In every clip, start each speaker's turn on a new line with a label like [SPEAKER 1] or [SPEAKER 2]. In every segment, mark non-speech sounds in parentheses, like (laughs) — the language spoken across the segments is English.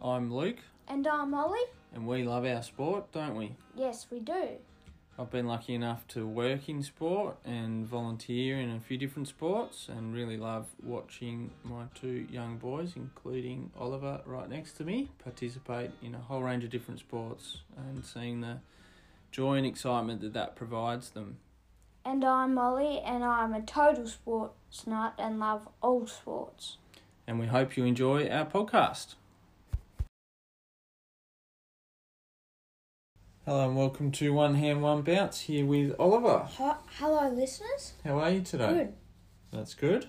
[SPEAKER 1] I'm Luke,
[SPEAKER 2] And I'm Molly.
[SPEAKER 1] and we love our sport, don't we?
[SPEAKER 2] Yes, we do.
[SPEAKER 1] I've been lucky enough to work in sport and volunteer in a few different sports, and really love watching my two young boys, including Oliver right next to me, participate in a whole range of different sports and seeing the joy and excitement that that provides them.
[SPEAKER 2] And I'm Molly, and I'm a total sports nut and love all sports.
[SPEAKER 1] And we hope you enjoy our podcast. Hello and welcome to One Hand One Bounce here with Oliver.
[SPEAKER 2] Hello, listeners.
[SPEAKER 1] How are you today?
[SPEAKER 2] Good.
[SPEAKER 1] That's good.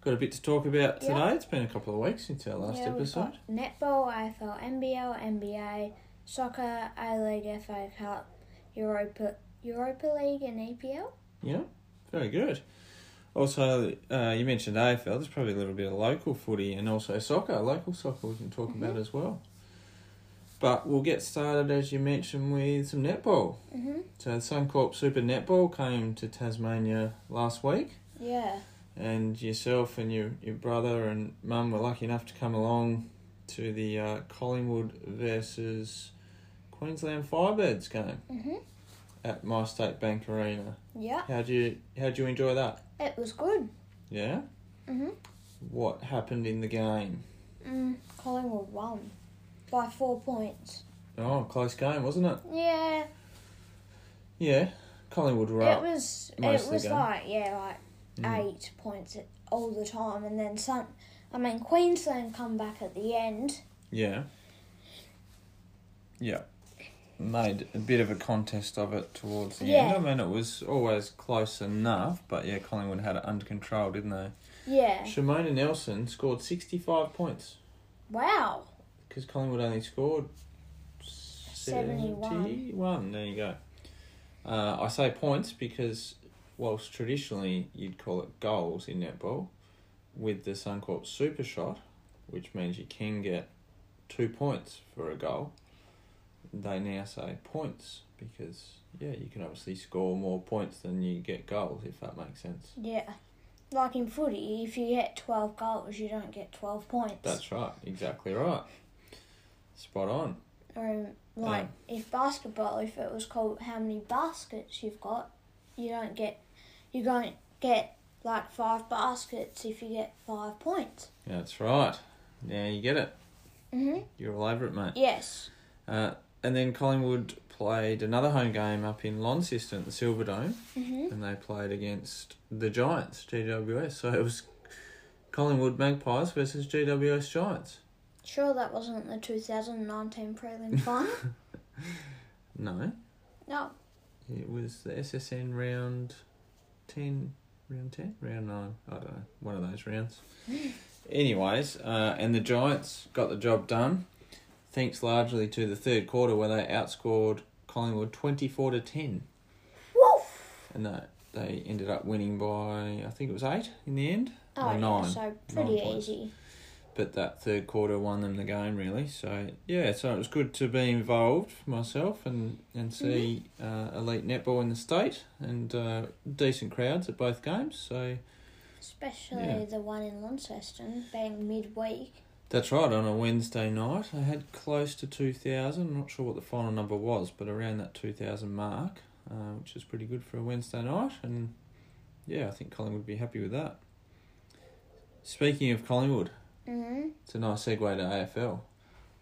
[SPEAKER 1] Got a bit to talk about
[SPEAKER 2] Yeah.
[SPEAKER 1] today. It's been a couple of weeks since our last
[SPEAKER 2] Yeah, we've
[SPEAKER 1] episode.
[SPEAKER 2] got Netball, AFL, NBL, NBA, soccer, A League, FA Cup, Europa, Europa League, and E EPL.
[SPEAKER 1] Yeah, very good. Also, uh, you mentioned AFL. There's probably a little bit of local footy and also soccer. Local soccer we can talk
[SPEAKER 2] Mm-hmm.
[SPEAKER 1] about as well. But we'll get started, as you mentioned, with some netball.
[SPEAKER 2] Mhm.
[SPEAKER 1] So, Suncorp Super Netball came to Tasmania last week.
[SPEAKER 2] Yeah.
[SPEAKER 1] and yourself and your, your brother and mum were lucky enough to come along to the uh, Collingwood versus Queensland Firebirds game
[SPEAKER 2] Mhm.
[SPEAKER 1] at My State Bank Arena.
[SPEAKER 2] Yeah.
[SPEAKER 1] How'd you how'd you enjoy that?
[SPEAKER 2] It was good.
[SPEAKER 1] Yeah.
[SPEAKER 2] Mhm.
[SPEAKER 1] What happened in the game?
[SPEAKER 2] Mm. Collingwood won by four points.
[SPEAKER 1] Oh, close game, wasn't it?
[SPEAKER 2] Yeah.
[SPEAKER 1] Yeah. Collingwood were
[SPEAKER 2] It
[SPEAKER 1] up.
[SPEAKER 2] was
[SPEAKER 1] most of
[SPEAKER 2] it
[SPEAKER 1] the
[SPEAKER 2] was
[SPEAKER 1] game.
[SPEAKER 2] like yeah like
[SPEAKER 1] Mm.
[SPEAKER 2] eight points at- all the time, and then some. I mean Queensland come back at the end.
[SPEAKER 1] Yeah. Yeah. Made a bit of a contest of it towards the
[SPEAKER 2] Yeah.
[SPEAKER 1] end. I mean, it was always close enough, but yeah, Collingwood had it under control, didn't they?
[SPEAKER 2] Yeah.
[SPEAKER 1] Shimona Nelson scored 65 points
[SPEAKER 2] Wow.
[SPEAKER 1] because Collingwood only scored
[SPEAKER 2] 71.
[SPEAKER 1] 71. There you go. Uh, I say points because, whilst traditionally you'd call it goals in netball, with the Suncorp Super Shot, which means you can get two points for a goal, they now say points because, yeah, you can obviously score more points than you get goals, if that makes sense.
[SPEAKER 2] Yeah. Like in footy, if you get twelve goals, you don't get twelve points.
[SPEAKER 1] That's right, exactly right. Spot on.
[SPEAKER 2] or like if basketball, if it was called how many baskets you've got, you don't get you don't get like five baskets if you get five points.
[SPEAKER 1] That's right. Now you get it.
[SPEAKER 2] Mhm.
[SPEAKER 1] You're all over it, mate.
[SPEAKER 2] Yes.
[SPEAKER 1] Uh, and then Collingwood played another home game up in Launceston, the Silverdome,
[SPEAKER 2] Mhm.
[SPEAKER 1] and they played against the Giants, GWS. So it was Collingwood Magpies versus GWS Giants.
[SPEAKER 2] Sure, that wasn't the 2019 prelim final.
[SPEAKER 1] No,
[SPEAKER 2] no,
[SPEAKER 1] it was the SSN round 10, round 10, round 9. I don't know, one of those rounds. Anyways, uh, and the Giants got the job done, thanks largely to the third quarter where they outscored Collingwood 24 to 10.
[SPEAKER 2] Woof!
[SPEAKER 1] and that they ended up winning by I think it was eight in the end,
[SPEAKER 2] Oh,
[SPEAKER 1] or
[SPEAKER 2] yeah,
[SPEAKER 1] nine.
[SPEAKER 2] so pretty
[SPEAKER 1] points.
[SPEAKER 2] easy.
[SPEAKER 1] But that third quarter won them the game really. So yeah, so it was good to be involved myself and and see uh, elite netball in the state and uh, decent crowds at both games. So
[SPEAKER 2] Especially
[SPEAKER 1] Yeah.
[SPEAKER 2] the one in Launceston being midweek.
[SPEAKER 1] that's right. On a Wednesday night, I had close to two thousand. Not sure what the final number was, but around that two thousand mark, uh, which is pretty good for a Wednesday night. And yeah, I think Colin would be happy with that. Speaking of Collingwood,
[SPEAKER 2] Mm-hmm.
[SPEAKER 1] It's a nice segue to AFL.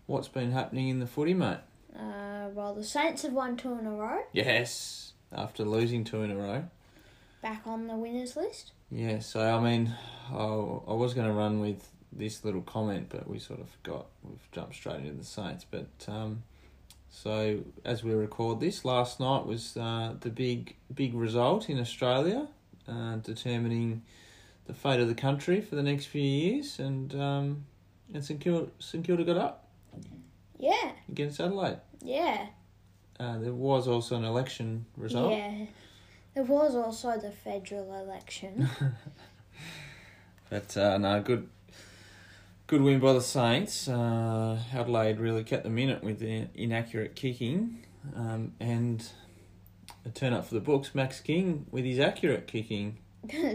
[SPEAKER 1] What's been happening in the footy, mate?
[SPEAKER 2] Uh, well, the Saints have won two in a row,
[SPEAKER 1] Yes. After losing two in a row.
[SPEAKER 2] back on the winners list.
[SPEAKER 1] Yeah, so I mean, I, I was going to run with this little comment, but we sort of forgot. We've jumped straight into the Saints. But um, so as we record this, last night was uh, the big big result in Australia, uh, determining the fate of the country for the next few years. And um, and St Kilda, St Kilda got up
[SPEAKER 2] Yeah,
[SPEAKER 1] against Adelaide.
[SPEAKER 2] yeah,
[SPEAKER 1] Uh, there was also an election result.
[SPEAKER 2] yeah. There was also the federal
[SPEAKER 1] (laughs)
[SPEAKER 2] election. (laughs)
[SPEAKER 1] But uh, no, good, good win by the Saints. Uh, Adelaide really kept them in it with their inaccurate kicking, um, and a turn up for the books. Max King with his accurate kicking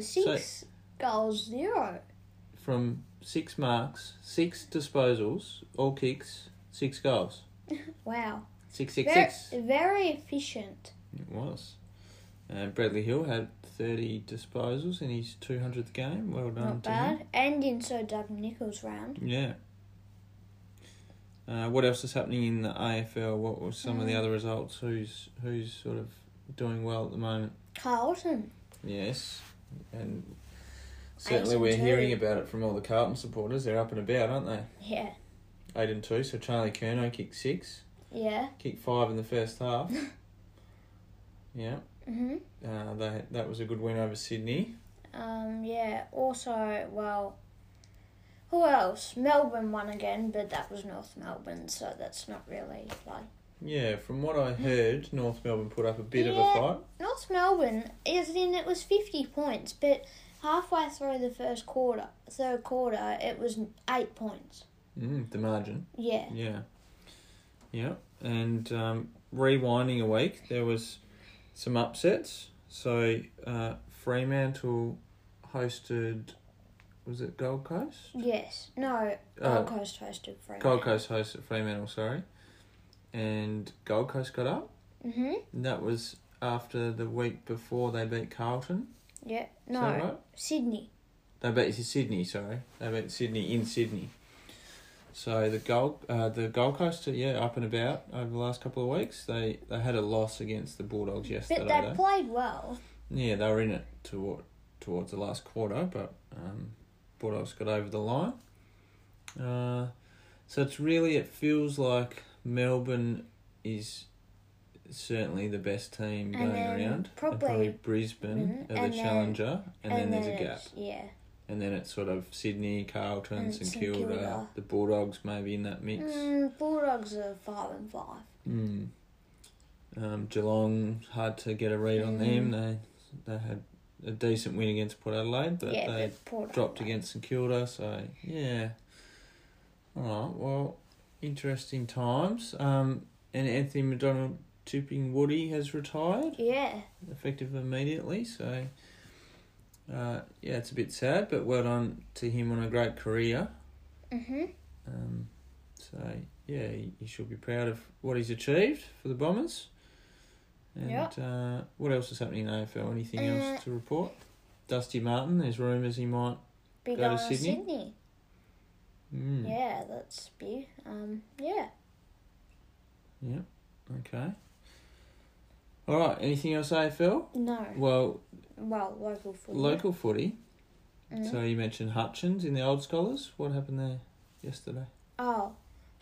[SPEAKER 2] Six goals, zero.
[SPEAKER 1] from six marks, six disposals, all kicks, six goals.
[SPEAKER 2] Wow.
[SPEAKER 1] Six, six,
[SPEAKER 2] Very,
[SPEAKER 1] six.
[SPEAKER 2] very efficient.
[SPEAKER 1] It was. And Bradley Hill had 30 disposals in his 200th game. Well done
[SPEAKER 2] Not
[SPEAKER 1] to him.
[SPEAKER 2] bad. And in Sir Doug Nichols' round.
[SPEAKER 1] Yeah. Uh, what else is happening in the AFL? What were some of the
[SPEAKER 2] Mm.
[SPEAKER 1] other results? Who's who's sort of doing well at the moment?
[SPEAKER 2] Carlton.
[SPEAKER 1] Yes, and certainly
[SPEAKER 2] and
[SPEAKER 1] we're
[SPEAKER 2] two.
[SPEAKER 1] hearing about it from all the Carlton supporters. They're up and about, aren't they?
[SPEAKER 2] Yeah.
[SPEAKER 1] Eight and two. So Charlie Kerno kicked six,
[SPEAKER 2] Yeah.
[SPEAKER 1] kicked five in the first
[SPEAKER 2] (laughs)
[SPEAKER 1] half. yeah,
[SPEAKER 2] hmm
[SPEAKER 1] uh, they, that was a good win over Sydney.
[SPEAKER 2] Um, yeah. Also, well, who else? Melbourne won again, but that was North Melbourne, so that's not really like.
[SPEAKER 1] Yeah, from what I heard, North Melbourne put up a bit of a
[SPEAKER 2] Yeah.
[SPEAKER 1] fight.
[SPEAKER 2] North Melbourne, as in it was 50 points, but halfway through the first quarter, third quarter, it was 8 points.
[SPEAKER 1] Mm, the margin.
[SPEAKER 2] Yeah.
[SPEAKER 1] Yeah. Yeah. And um, rewinding a week, there was some upsets. So uh, Fremantle hosted, was it Gold Coast?
[SPEAKER 2] Yes. No,
[SPEAKER 1] Uh,
[SPEAKER 2] Gold Coast hosted Fremantle.
[SPEAKER 1] Gold Coast hosted Fremantle, sorry. And Gold Coast got up.
[SPEAKER 2] Mm-hmm.
[SPEAKER 1] And that was after the week before they beat Carlton.
[SPEAKER 2] Yeah.
[SPEAKER 1] Is
[SPEAKER 2] No,
[SPEAKER 1] that right?
[SPEAKER 2] Sydney.
[SPEAKER 1] They beat Sydney, sorry. They beat Sydney in Sydney. So the gold, uh, the Gold Coast, are, yeah, up and about over the last couple of weeks. They they had a loss against the Bulldogs yesterday.
[SPEAKER 2] But they
[SPEAKER 1] though.
[SPEAKER 2] played well.
[SPEAKER 1] Yeah, they were in it toward towards the last quarter, but um, Bulldogs got over the line. Uh, so it's really it feels like Melbourne is certainly the best team
[SPEAKER 2] And
[SPEAKER 1] going
[SPEAKER 2] then
[SPEAKER 1] around. And
[SPEAKER 2] probably-
[SPEAKER 1] Brisbane
[SPEAKER 2] Mhm,
[SPEAKER 1] are
[SPEAKER 2] and
[SPEAKER 1] the
[SPEAKER 2] then-
[SPEAKER 1] challenger, and, then, there's a gap.
[SPEAKER 2] it's- Yeah.
[SPEAKER 1] And then it's sort of Sydney, Carlton,
[SPEAKER 2] And
[SPEAKER 1] St
[SPEAKER 2] St
[SPEAKER 1] Kilda,
[SPEAKER 2] Mm, Kilda.
[SPEAKER 1] the Bulldogs maybe in that mix. Mm.
[SPEAKER 2] Mm, Bulldogs are 5 and 5.
[SPEAKER 1] Um, Geelong, hard to get a read on them.
[SPEAKER 2] Mm.
[SPEAKER 1] They they had a decent win against Port Adelaide, but
[SPEAKER 2] yeah,
[SPEAKER 1] they
[SPEAKER 2] but Port
[SPEAKER 1] dropped
[SPEAKER 2] Adelaide.
[SPEAKER 1] against St Kilda. So yeah. All right. Well, interesting times. Um, and Anthony McDonald tipping Woody has retired.
[SPEAKER 2] Yeah.
[SPEAKER 1] effective immediately. So, uh, yeah, it's a bit sad, but well done to him on a great career.
[SPEAKER 2] Mm-hmm.
[SPEAKER 1] Um, so, yeah, he, he should be proud of what he's achieved for the Bombers. And
[SPEAKER 2] Yep.
[SPEAKER 1] uh, what else is happening in AFL? Anything
[SPEAKER 2] Uh,
[SPEAKER 1] else to report? Dusty Martin, there's rumours he might.
[SPEAKER 2] Big
[SPEAKER 1] Go to
[SPEAKER 2] Go
[SPEAKER 1] Sydney?
[SPEAKER 2] Sydney.
[SPEAKER 1] Mm,
[SPEAKER 2] Yeah, that's big. Um, yeah.
[SPEAKER 1] Okay. All right, anything else AFL?
[SPEAKER 2] No.
[SPEAKER 1] Well,
[SPEAKER 2] Well, local football.
[SPEAKER 1] local footy.
[SPEAKER 2] Mm.
[SPEAKER 1] So you mentioned Hutchins in the Old Scholars. What happened there yesterday?
[SPEAKER 2] Oh,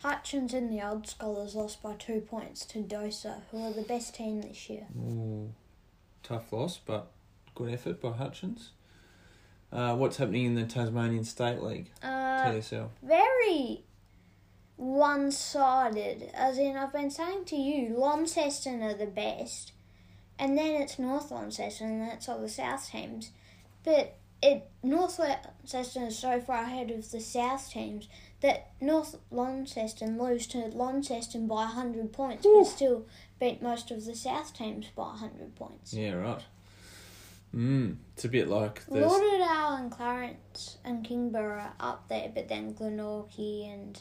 [SPEAKER 2] Hutchins and the Old Scholars lost by two points to Dosa, who are the best team this year.
[SPEAKER 1] Ooh, tough loss, but good effort by Hutchins. Uh, what's happening in the Tasmanian State League,
[SPEAKER 2] Uh,
[SPEAKER 1] TSL?
[SPEAKER 2] very one-sided. As in, I've been saying to you, Launceston are the best, and then it's North Launceston, and that's all the South teams. But it North Launceston is so far ahead of the South teams that North Launceston lose to Launceston by 100 points, but still beat most of the South teams by 100 points.
[SPEAKER 1] Yeah, right. Mm, it's a bit like this.
[SPEAKER 2] Lauderdale and Clarence and Kingborough are up there, but then Glenorchy and,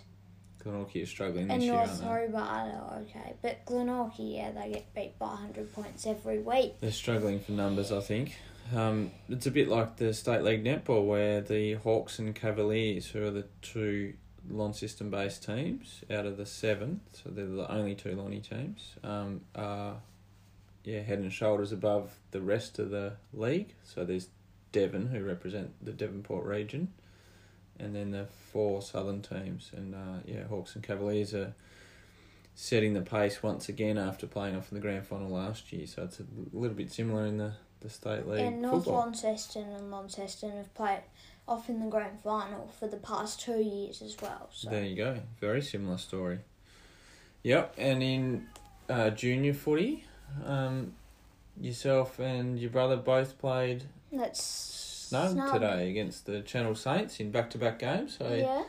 [SPEAKER 1] Glenorchy is struggling this
[SPEAKER 2] and
[SPEAKER 1] year,
[SPEAKER 2] North
[SPEAKER 1] aren't they?
[SPEAKER 2] Hobart are okay. But Glenorchy, yeah, they get beat by 100 points every week.
[SPEAKER 1] They're struggling for numbers, I think. Um, it's a bit like the State League Netball, where the Hawks and Cavaliers, who are the two Lon system based teams out of the seven, so they're the only two Lonnie teams, um, are yeah, head and shoulders above the rest of the league. So there's Devon, who represent the Devonport region, and then the four southern teams. And uh, yeah, Hawks and Cavaliers are setting the pace once again after playing off in the grand final last year. So it's a little bit similar in the, the state league
[SPEAKER 2] and North
[SPEAKER 1] football.
[SPEAKER 2] Launceston and Launceston have played off in the grand final for the past two years as well. So
[SPEAKER 1] There you go. Very similar story. Yep, and in uh, junior footy, um, yourself and your brother both played
[SPEAKER 2] that's
[SPEAKER 1] snug, today against the Channel Saints in back to back games. So
[SPEAKER 2] Yeah,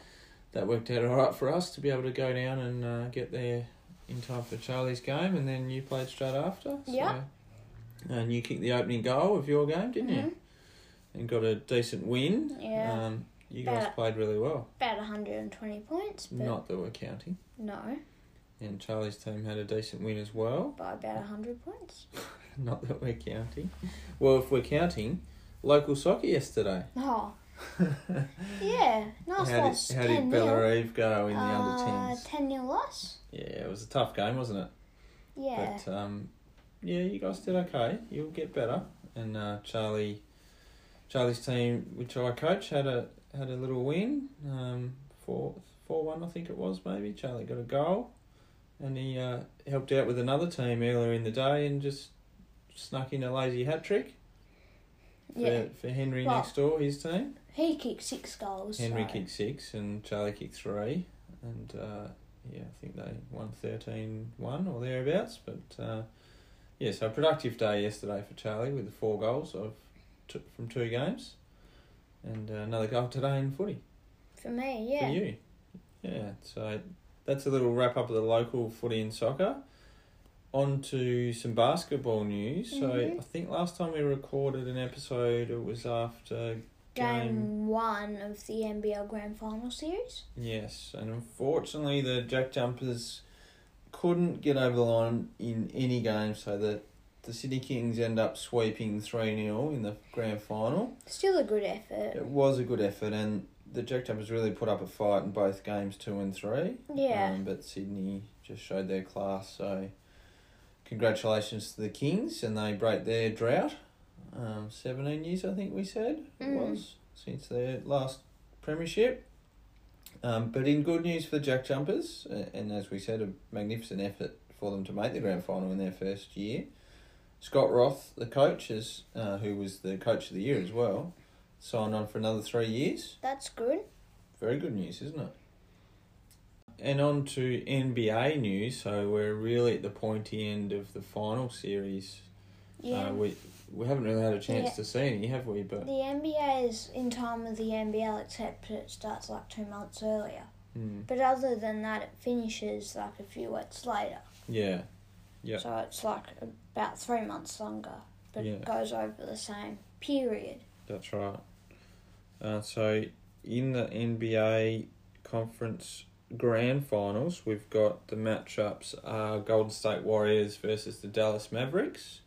[SPEAKER 1] that worked out all right for us to be able to go down and uh, get there in time for Charlie's game, and then you played straight after. So,
[SPEAKER 2] Yeah.
[SPEAKER 1] And you kicked the opening goal of your game, didn't you?
[SPEAKER 2] Mhm.
[SPEAKER 1] And got a decent win.
[SPEAKER 2] Yeah.
[SPEAKER 1] Um, You guys
[SPEAKER 2] About-
[SPEAKER 1] played really well.
[SPEAKER 2] About 120 points, but
[SPEAKER 1] Not that we're counting.
[SPEAKER 2] no,
[SPEAKER 1] And Charlie's team had a decent win as well. (laughs)
[SPEAKER 2] by about 100 points.
[SPEAKER 1] Not that we're counting. Well, if we're counting, local soccer yesterday. (laughs)
[SPEAKER 2] Oh, yeah. Nice
[SPEAKER 1] how
[SPEAKER 2] loss.
[SPEAKER 1] did, how did
[SPEAKER 2] 10-0.
[SPEAKER 1] Bellareve go in the under
[SPEAKER 2] uh,
[SPEAKER 1] tens?
[SPEAKER 2] 10 0 loss?
[SPEAKER 1] Yeah, it was a tough game, wasn't it?
[SPEAKER 2] Yeah.
[SPEAKER 1] But um, yeah, you guys did okay. You'll get better. And uh, Charlie, Charlie's team, which I coach, had a had a little win. Um, four four one, I think it was maybe. Charlie got a goal, and he uh, helped out with another team earlier in the day and just snuck in a lazy hat trick for,
[SPEAKER 2] yeah.
[SPEAKER 1] for Henry
[SPEAKER 2] Well-
[SPEAKER 1] next door, his team.
[SPEAKER 2] He kicked six goals.
[SPEAKER 1] Henry
[SPEAKER 2] so-
[SPEAKER 1] kicked six and Charlie kicked three. And uh, yeah, I think they won 13 1 or thereabouts. But uh, yeah, so a productive day yesterday for Charlie with the four goals of t- from two games and uh, another goal today in footy
[SPEAKER 2] For me, yeah.
[SPEAKER 1] for you. Yeah, so that's a little wrap up of the local footy and soccer. On to some basketball news. So
[SPEAKER 2] Mhm.
[SPEAKER 1] I think last time we recorded an episode, it was after
[SPEAKER 2] Game,
[SPEAKER 1] Game-
[SPEAKER 2] one of the NBL Grand Final Series.
[SPEAKER 1] Yes, and unfortunately, the Jack Jumpers couldn't get over the line in any game, so the, the Sydney Kings end up sweeping 3 0 in the grand final.
[SPEAKER 2] Still a good effort.
[SPEAKER 1] It was a good effort, and the Jack Jumpers really put up a fight in both games two and three.
[SPEAKER 2] Yeah.
[SPEAKER 1] Um, but Sydney just showed their class, so congratulations to the Kings, and they break their drought. Um, 17 years, I think we said it
[SPEAKER 2] Mm.
[SPEAKER 1] was, since their last premiership. Um, but in good news for the Jack Jumpers, a- and as we said, a magnificent effort for them to make the grand final in their first year. Scott Roth, the coach, is, uh, who was the coach of the year as well, signed on for another three years.
[SPEAKER 2] That's good.
[SPEAKER 1] Uh, Very good news, isn't it? And on to NBA news. So we're really at the pointy end of the final series.
[SPEAKER 2] Yeah.
[SPEAKER 1] Uh, we we haven't really had a chance
[SPEAKER 2] Yeah.
[SPEAKER 1] to see any, have we? But
[SPEAKER 2] the NBA is in time with the NBL, except it starts like two months earlier.
[SPEAKER 1] mm,
[SPEAKER 2] But other than that, it finishes like a few weeks later.
[SPEAKER 1] yeah, Yep.
[SPEAKER 2] So it's like about three months longer, but it goes over the same period.
[SPEAKER 1] that's right. Uh, so in the NBA conference grand finals, we've got the matchups are Golden State Warriors versus the Dallas Mavericks.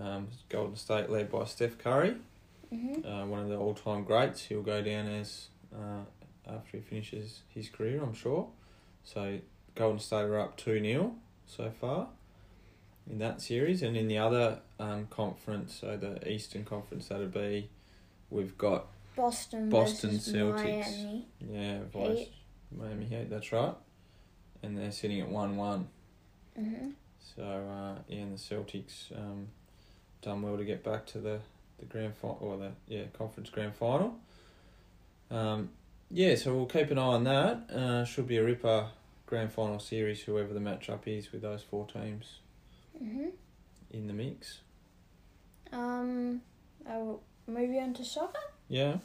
[SPEAKER 1] Um, Golden State led by Steph Curry.
[SPEAKER 2] hmm
[SPEAKER 1] uh, one of the all time greats. He'll go down as uh, after he finishes his career, I'm sure. So Golden State are up two 0 so far in that series, and in the other um, conference, so the Eastern Conference, that'd be we've got
[SPEAKER 2] Boston,
[SPEAKER 1] Boston
[SPEAKER 2] versus
[SPEAKER 1] Celtics.
[SPEAKER 2] Miami.
[SPEAKER 1] yeah, Vice,
[SPEAKER 2] Heat.
[SPEAKER 1] Miami Heat. That's right, and they're sitting at one one.
[SPEAKER 2] hmm
[SPEAKER 1] So uh, yeah, and the Celtics um, done well to get back to the the grand final or the yeah conference grand final. Um, yeah, so we'll keep an eye on that. Uh, should be a ripper grand final series, whoever the matchup is with those four teams
[SPEAKER 2] hmm
[SPEAKER 1] in the mix.
[SPEAKER 2] Um, I'll move you on to soccer.
[SPEAKER 1] Yeah,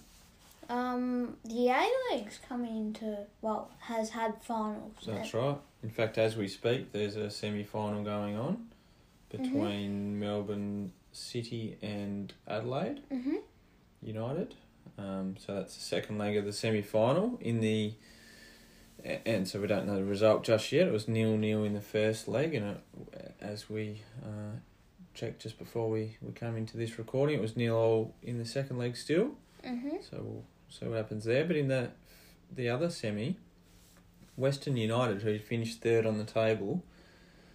[SPEAKER 2] Um, the A League's coming into well has had finals.
[SPEAKER 1] that's right. In fact, as we speak, there's a semi final going on between Melbourne City and Adelaide.
[SPEAKER 2] hmm
[SPEAKER 1] United. Um, so that's the second leg of the semi final in the. a- And so we don't know the result just yet. It was nil nil in the first leg, and it, as we uh, checked just before we, we came into this recording, it was nil all in the second leg still.
[SPEAKER 2] hmm
[SPEAKER 1] So we'll see what happens there. But in the the other semi, Western United, who finished third on the table,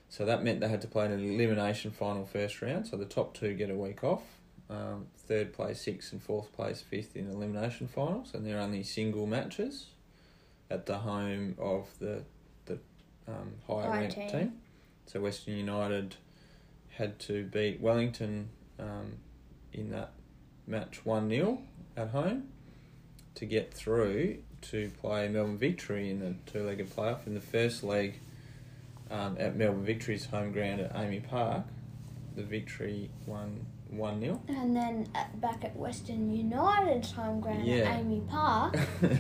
[SPEAKER 1] so that meant they had to play an elimination final first round. So the top two get a week off. Um, third place sixth and fourth place fifth in elimination finals, and they're only single matches at the home of the the um, higher
[SPEAKER 2] Higher
[SPEAKER 1] ranked
[SPEAKER 2] team.
[SPEAKER 1] team. So Western United had to beat Wellington um, in that match one 0 at home to get through to play Melbourne Victory in the two-legged playoff in the first leg um, at Melbourne Victory's home ground at Amy Park. The Victory won one 0
[SPEAKER 2] And then at, back at Western United's home ground
[SPEAKER 1] Yeah.
[SPEAKER 2] at Amy Park.
[SPEAKER 1] (laughs)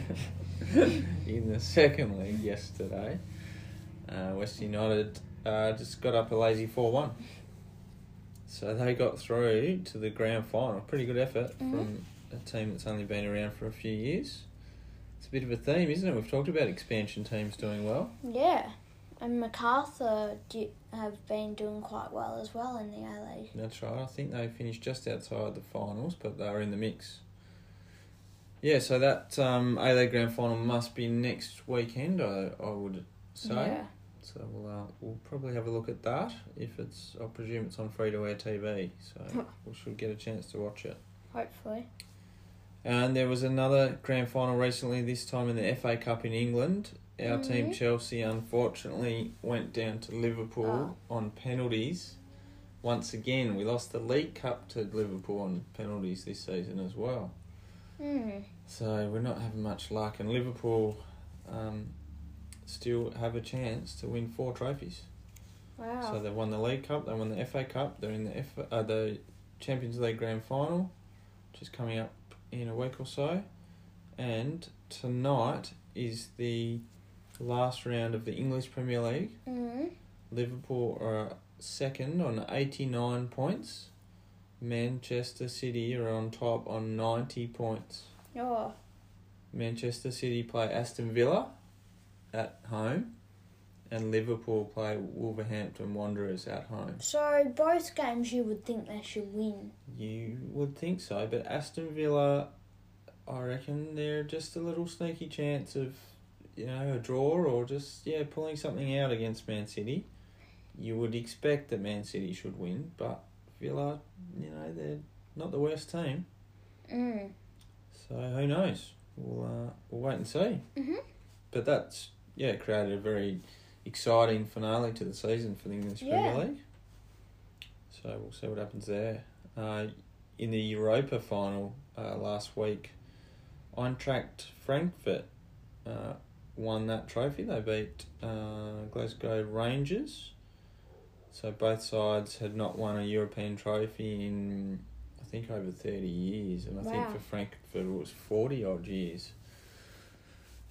[SPEAKER 1] in the second leg yesterday. Uh, West United uh, just got up a lazy four-one, so they got through to the grand final. Pretty good effort
[SPEAKER 2] Mhm.
[SPEAKER 1] from a team that's only been around for a few years. It's a bit of a theme, isn't it? We've talked about expansion teams doing well.
[SPEAKER 2] (laughs) Yeah. And MacArthur do, have been doing quite well as well in the A League.
[SPEAKER 1] That's right. I think they finished just outside the finals, but they were in the mix. Yeah, so that um, A League grand final must be next weekend. I I would say.
[SPEAKER 2] Yeah.
[SPEAKER 1] So we'll uh, we'll probably have a look at that if it's. I presume it's on free to air TV, so we should get a chance to watch it.
[SPEAKER 2] Hopefully.
[SPEAKER 1] And there was another grand final recently, this time in the FA Cup in England. Our team
[SPEAKER 2] Mhm.
[SPEAKER 1] Chelsea unfortunately went down to Liverpool on penalties. Once again, we lost the League Cup to Liverpool on penalties this season as well.
[SPEAKER 2] Hmm.
[SPEAKER 1] So we're not having much luck, and Liverpool um, still have a chance to win four trophies.
[SPEAKER 2] Wow.
[SPEAKER 1] So they won the League Cup, they won the FA Cup, they're in the F- uh, the Champions League Grand Final, which is coming up in a week or so, and tonight is the last round of the English Premier League.
[SPEAKER 2] hmm
[SPEAKER 1] Liverpool are second on eighty nine points. Manchester City are on top on ninety points.
[SPEAKER 2] Oh.
[SPEAKER 1] Manchester City play Aston Villa at home, and Liverpool play Wolverhampton Wanderers at home.
[SPEAKER 2] So both games you would think they should win.
[SPEAKER 1] You would think so, but Aston Villa, I reckon they're just a little sneaky chance of, you know, a draw or just yeah pulling something out against Man City. You would expect that Man City should win, but Villa, you know, they're not the worst team,
[SPEAKER 2] Mm.
[SPEAKER 1] so who knows? We'll uh, we'll wait and see.
[SPEAKER 2] Mhm.
[SPEAKER 1] But that's yeah created a very exciting finale to the season for the English
[SPEAKER 2] Yeah.
[SPEAKER 1] Premier League. So we'll see what happens there. Uh, in the Europa final uh, last week, Eintracht Frankfurt uh, won that trophy. They beat uh, Glasgow Rangers. So both sides had not won a European trophy in, I think, over 30 years. And I think
[SPEAKER 2] Wow.
[SPEAKER 1] for Frankfurt it was 40 odd years.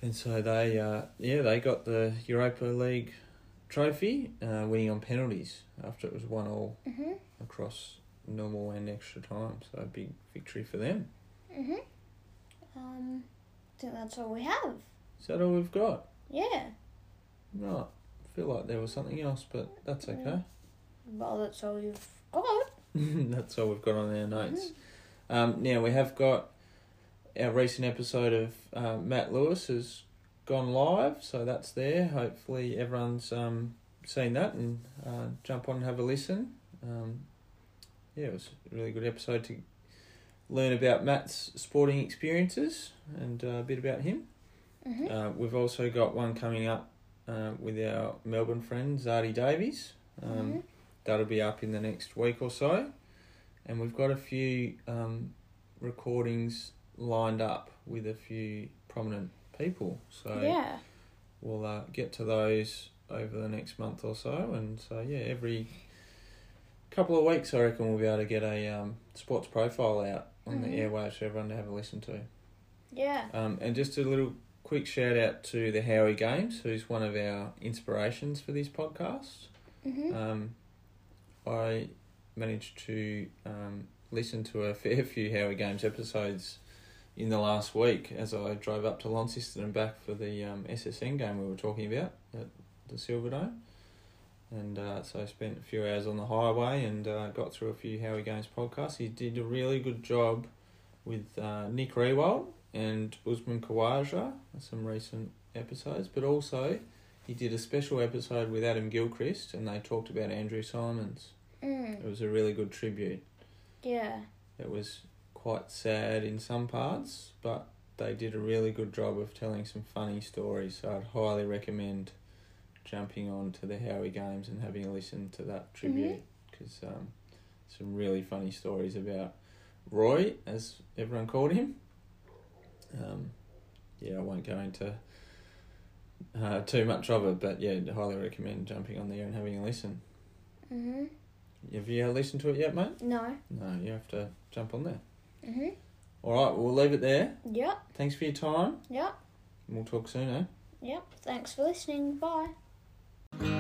[SPEAKER 1] And so they, uh, yeah, they got the Europa League trophy, uh, winning on penalties after it was one all
[SPEAKER 2] Mhm.
[SPEAKER 1] across normal and extra time. So a big victory for them.
[SPEAKER 2] Mhm. Um. I think that's all we have.
[SPEAKER 1] Is that all we've got?
[SPEAKER 2] Yeah.
[SPEAKER 1] Right. I feel like there was something else, but that's okay. (laughs)
[SPEAKER 2] Well, that's all you've got.
[SPEAKER 1] that's all we've got on our notes. Um, now we have got our recent episode of uh, Matt Lewis has gone live, so that's there. Hopefully everyone's um, seen that and uh, jump on and have a listen. Um, yeah, it was a really good episode to learn about Matt's sporting experiences and uh, a bit about him.
[SPEAKER 2] Mhm.
[SPEAKER 1] Uh, we've also got one coming up uh, with our Melbourne friend Zardy Davies. Um,
[SPEAKER 2] Mhm.
[SPEAKER 1] That'll be up in the next week or so, and we've got a few um, recordings lined up with a few prominent people. So
[SPEAKER 2] Mm-hmm. Yeah.
[SPEAKER 1] we'll uh, get to those over the next month or so, and so yeah, every couple of weeks I reckon we'll be able to get a um, sports profile out on the
[SPEAKER 2] Mhm.
[SPEAKER 1] airwaves for everyone to have a listen to.
[SPEAKER 2] Yeah.
[SPEAKER 1] Um, and just a little quick shout out to the Howie Games, who's one of our inspirations for this podcast.
[SPEAKER 2] Mhm.
[SPEAKER 1] Um, I managed to um, listen to a (laughs) fair few Howie Games episodes in the last week as I drove up to Launceston and back for the um, SSN game we were talking about at the Silverdome. And uh, so I spent a few hours on the highway and uh, got through a few Howie Games podcasts. He did a really good job with uh, Nick Rewald and Usman Khawaja, some recent episodes, but also he did a special episode with Adam Gilchrist and they talked about Andrew Simons. It
[SPEAKER 2] Mm.
[SPEAKER 1] was a really good tribute.
[SPEAKER 2] Yeah.
[SPEAKER 1] It was quite sad in some parts, but they did a really good job of telling some funny stories. So I'd highly recommend jumping on to the Howie Games and having a listen to that tribute because um, some really funny stories about Roy, as everyone called him. Um, yeah, I won't go into uh, too much of it, but yeah, I'd highly recommend jumping on there and having a listen.
[SPEAKER 2] Mhm.
[SPEAKER 1] Have you uh, listened to it yet, mate?
[SPEAKER 2] No.
[SPEAKER 1] No, you have to jump on there.
[SPEAKER 2] Mhm.
[SPEAKER 1] All right, we'll leave it there.
[SPEAKER 2] Yep.
[SPEAKER 1] Thanks for your time.
[SPEAKER 2] Yep.
[SPEAKER 1] and We'll talk soon, eh?
[SPEAKER 2] Yep. Thanks for listening. Bye.